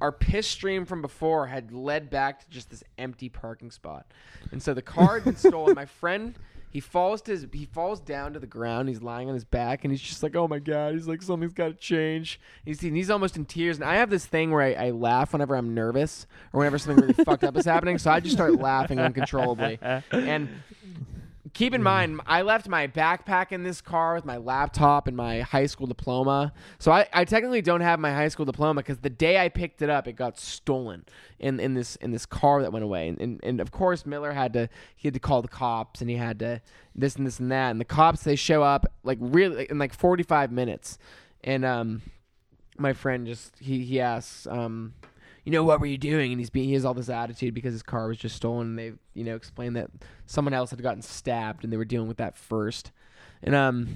our piss stream from before had led back to just this empty parking spot, and so the car had been stolen. My friend, he falls to his, he falls down to the ground. He's lying on his back, and he's just like, "Oh my god!" He's like, "Something's got to change." He's and he's almost in tears, and I have this thing where I, I laugh whenever I'm nervous or whenever something really fucked up is happening, so I just start laughing uncontrollably, and. Keep in mind, I left my backpack in this car with my laptop and my high school diploma. So I, I technically don't have my high school diploma because the day I picked it up, it got stolen in, in this in this car that went away. And, and and of course Miller had to he had to call the cops and he had to this and this and that. And the cops they show up like really in like forty five minutes, and um my friend just he he asks um you know what were you doing and he's being he has all this attitude because his car was just stolen and they you know explained that someone else had gotten stabbed and they were dealing with that first and um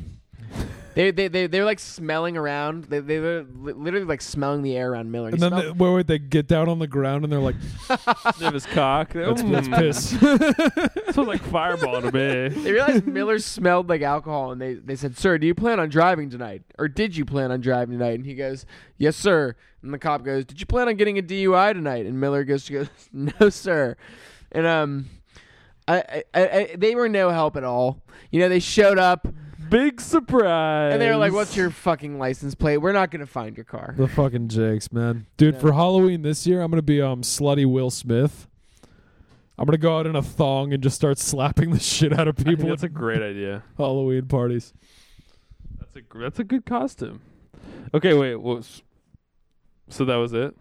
they they they they're like smelling around they they were li- literally like smelling the air around Miller He And then smelled- they, wait, wait, they get down on the ground and they're like, Of his cock. "That's, that's Mm. piss." Smells like fireball to me. they realized Miller smelled like alcohol, and they, they said, "Sir, do you plan on driving tonight, or did you plan on driving tonight?" And he goes, "Yes, sir." And the cop goes, "Did you plan on getting a DUI tonight?" And Miller goes, she "Goes, no, sir." And um, I, I, I they were no help at all. You know, they showed up Big surprise. and they were like, "What's your fucking license plate? We're not gonna find your car." the fucking Jakes, man, dude. For Halloween this year, I'm gonna be um slutty Will Smith. I'm gonna go out in a thong and just start slapping the shit out of I think people at that's a great idea. Halloween parties. That's a gr- that's a good costume. Okay, wait. What was, so that was it.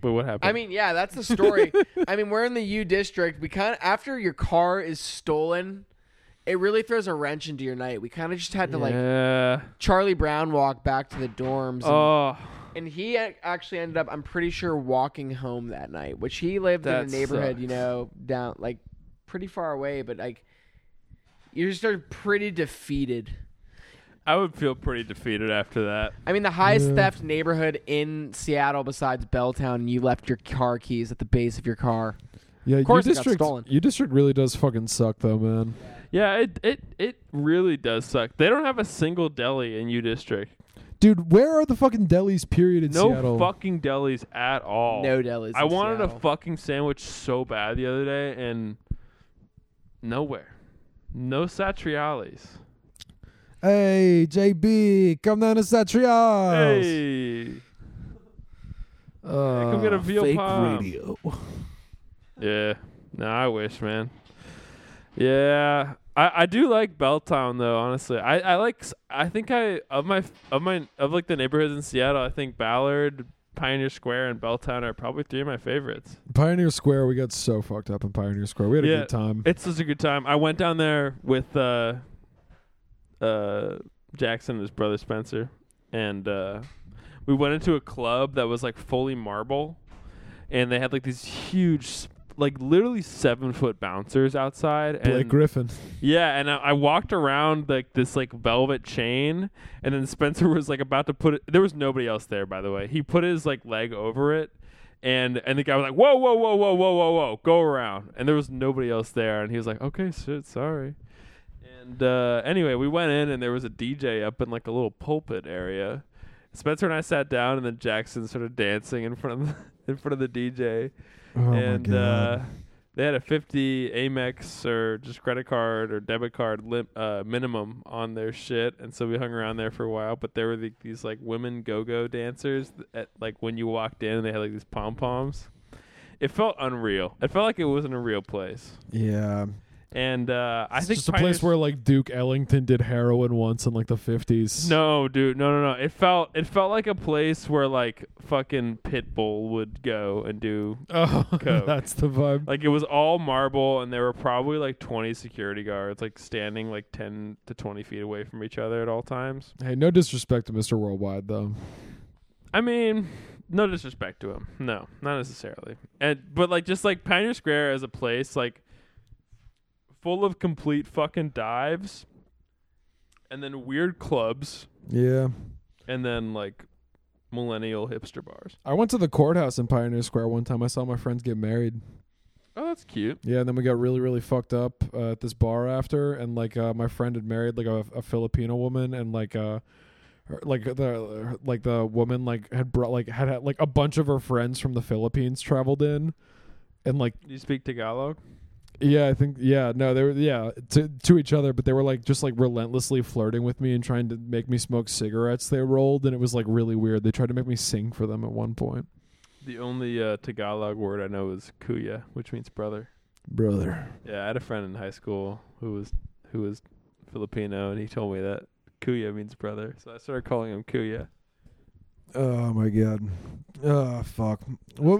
Wait, what happened? I mean, yeah, that's the story. I mean, we're in the U district. We kind of after your car is stolen, it really throws a wrench into your night. We kind of just had to like yeah. Charlie Brown walked back to the dorms, and, Oh, and he ac- actually ended up, I'm pretty sure, walking home that night. Which he lived in a That neighborhood, you sucks. know, down like pretty far away, but like you just are pretty defeated. I would feel pretty defeated after that. I mean, the highest Yeah. theft neighborhood in Seattle besides Belltown, you left your car keys at the base of your car. Yeah, course it your got district, stolen. your district really does fucking suck, though, man. Yeah, it it it really does suck. They don't have a single deli in U District. Dude, where are the fucking delis? Period in No Seattle. fucking delis at all. No delis. Oh, I in wanted Seattle. a fucking sandwich so bad the other day, and nowhere, no satriales. Hey, JB, come down to Satrials. Hey, Uh, come get a veal Ah, Fake palm. radio. Yeah. No, I wish, man. Yeah. I, I do like Belltown though, honestly. I, I like s- I think I of my of my of like the neighborhoods in Seattle, I think Ballard, Pioneer Square and Belltown are probably three of my favorites. Pioneer Square, we got so fucked up in Pioneer Square. We had a Yeah. good time. It's such a good time. I went down there with uh uh Jackson and his brother Spencer and uh we went into a club that was like fully marble and they had like these huge like literally seven foot bouncers outside and Blake Griffin. Yeah, and I, I walked around like this like velvet chain, and then Spencer was like about to put it. There was nobody else there, by the way. He put his like leg over it, and and the guy was like, "Whoa, whoa, whoa, whoa, whoa, whoa, whoa, go around!" And there was nobody else there, and he was like, "Okay, shit, sorry." And uh, anyway, we went in, and there was a DJ up in like a little pulpit area. Spencer and I sat down, and then Jackson started dancing in front of the, in front of the DJ Oh and my god. uh, they had a 50 Amex or just credit card or debit card lim- uh, minimum on their shit, and so we hung around there for a while. But there were the, these like women go-go dancers th- at like when you walked in, they had like these pom poms. It felt unreal. It felt like it wasn't a real place. yeah, And uh, I it's think just a Pioneer- place where like Duke Ellington did heroin once in like the fifties. No, dude, no, no, no. It felt it felt like a place where like fucking Pitbull would go and do oh, Coke. that's the vibe. Like it was all marble, and there were probably like twenty security guards, like standing like ten to twenty feet away from each other at all times. hey, no disrespect to Mr. Worldwide though. I mean, no disrespect to him, no, not necessarily. And but like just like Pioneer Square as a place, like full of complete fucking dives, and then weird clubs, Yeah, and then like millennial hipster bars. I went to the courthouse in Pioneer Square one time. I saw my friends get married. Oh, that's cute. Yeah, and then we got really, really fucked up uh, at this bar after, and like uh, my friend had married like a, a Filipino woman, and like uh, her, like the like the woman like had brought like had, had like a bunch of her friends from the Philippines traveled in, and like Do you speak Tagalog? yeah, I think yeah, no, they were yeah to to each other, but they were like just like relentlessly flirting with me and trying to make me smoke cigarettes they rolled, and it was like really weird. They tried to make me sing for them at one point. The only uh, Tagalog word I know is kuya, which means brother. Brother. Yeah, I had a friend in high school who was who was Filipino, and he told me that Kuya means brother, so I started calling him Kuya. Oh my god, oh fuck,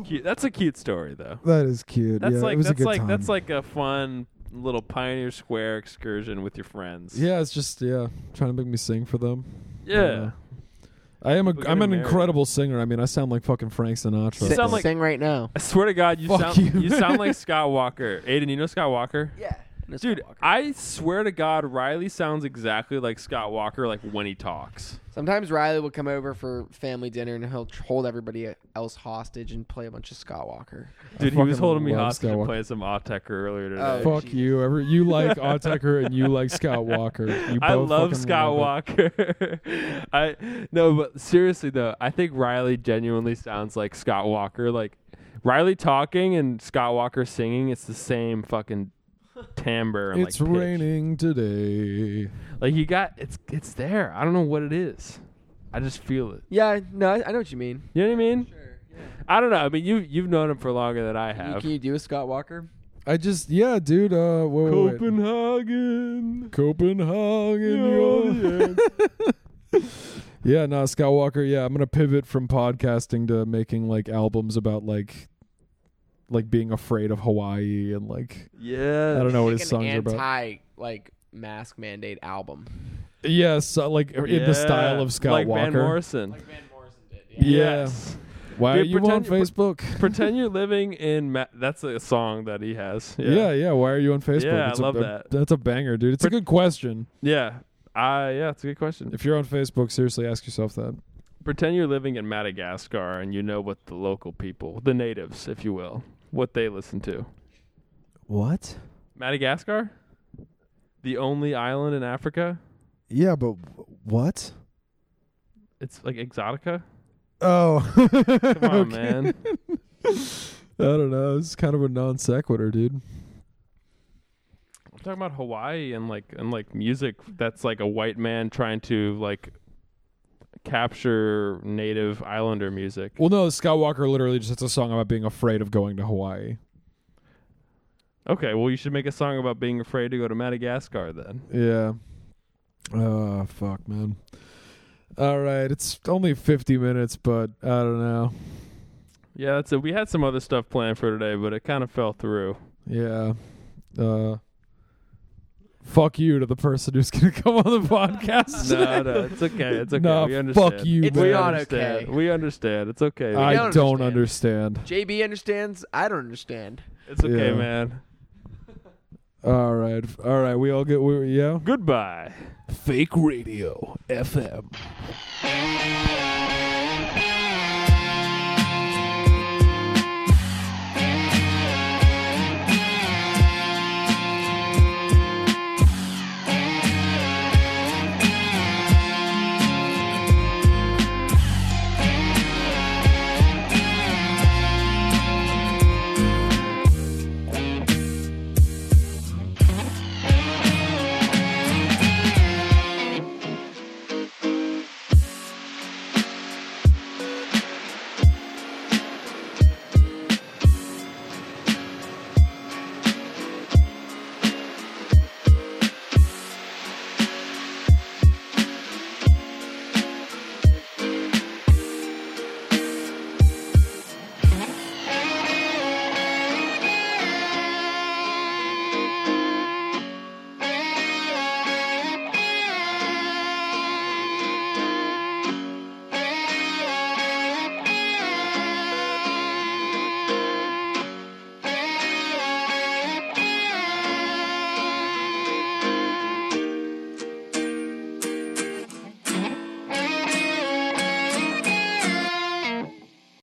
Cute. That's a cute story, though. That is cute. That's yeah, it like was that's a good like time. that's like a fun little Pioneer Square excursion with your friends. yeah, it's just yeah, trying to make me sing for them. Uh, yeah. I am a People I'm getting an married. incredible singer. I mean, I sound like fucking Frank Sinatra. You sound but- like- Sing right now. I swear to God, you Fuck sound you. you. sound like Scott Walker. Aiden, you know Scott Walker? Yeah. Dude, I swear to God, Riley sounds exactly like Scott Walker, like when he talks. Sometimes Riley will come over for family dinner and he'll tr- hold everybody else hostage and play a bunch of Scott Walker. Dude, he was fucking holding me love hostage Scott and Walker. playing some Autechre earlier today. Oh, fuck Jesus. you. Ever you like Autechre and you like Scott Walker. You I both love fucking Scott love it. Walker. I no, but seriously though, I think Riley genuinely sounds like Scott Walker. Like Riley talking and Scott Walker singing, it's the same fucking timbre. And It's like, pitch. raining today. Like you got it's it's there. I don't know what it is. I just feel it. Yeah, no, I, I know what you mean. You know what I mean? Sure. I don't know. I mean, you you've known him for longer than I Can, you, have. can you do a Scott Walker? I just yeah, dude. Uh, wait, wait, wait. Copenhagen. Copenhagen. yo. oh, Yeah, no, Scott Walker. Yeah, I'm gonna pivot from podcasting to making like albums about like, like being afraid of Hawaii and like yeah. I don't know what Like his an songs are about. anti, like mask mandate album. Yeah, so, like in the style of Scott like Walker. Van Morrison. Van Morrison did. yes. Why Dude, are you on pretend you- Facebook? Pretend you're living in. Ma- that's a song that he has. Yeah. yeah, Why are you on Facebook? Yeah, I a- love a- that. That's a banger, dude. It's a good question. yeah. Uh, yeah, it's a good question. If you're on Facebook, seriously ask yourself that. Pretend you're living in Madagascar and you know what the local people, the natives, if you will, what they listen to. What? Madagascar? The only island in Africa? Yeah, but what? It's like Exotica? Oh, Come on, man. I don't know. It's kind of a non sequitur, dude. I'm talking about Hawaii and like and like music that's like a white man trying to like capture native islander music. Well, no, Skywalker literally just has a song about being afraid of going to Hawaii. Okay, well you should make a song about being afraid to go to Madagascar then. Yeah. Oh, fuck, man. All right, it's only 50 minutes, but I don't know. Yeah, that's it. We had some other stuff planned for today, but it kind of fell through. Yeah. Uh Fuck you to the person who's going to come on the podcast. no, no, it's okay. It's okay. Nah, we fuck understand. you, It's we man. not understand. okay. We understand. It's okay. I don't don't understand. understand. JB understands. I don't understand. it's okay, Yeah. man. All right. All right, we all get we yeah. Goodbye. Fake Radio FM. Yeah.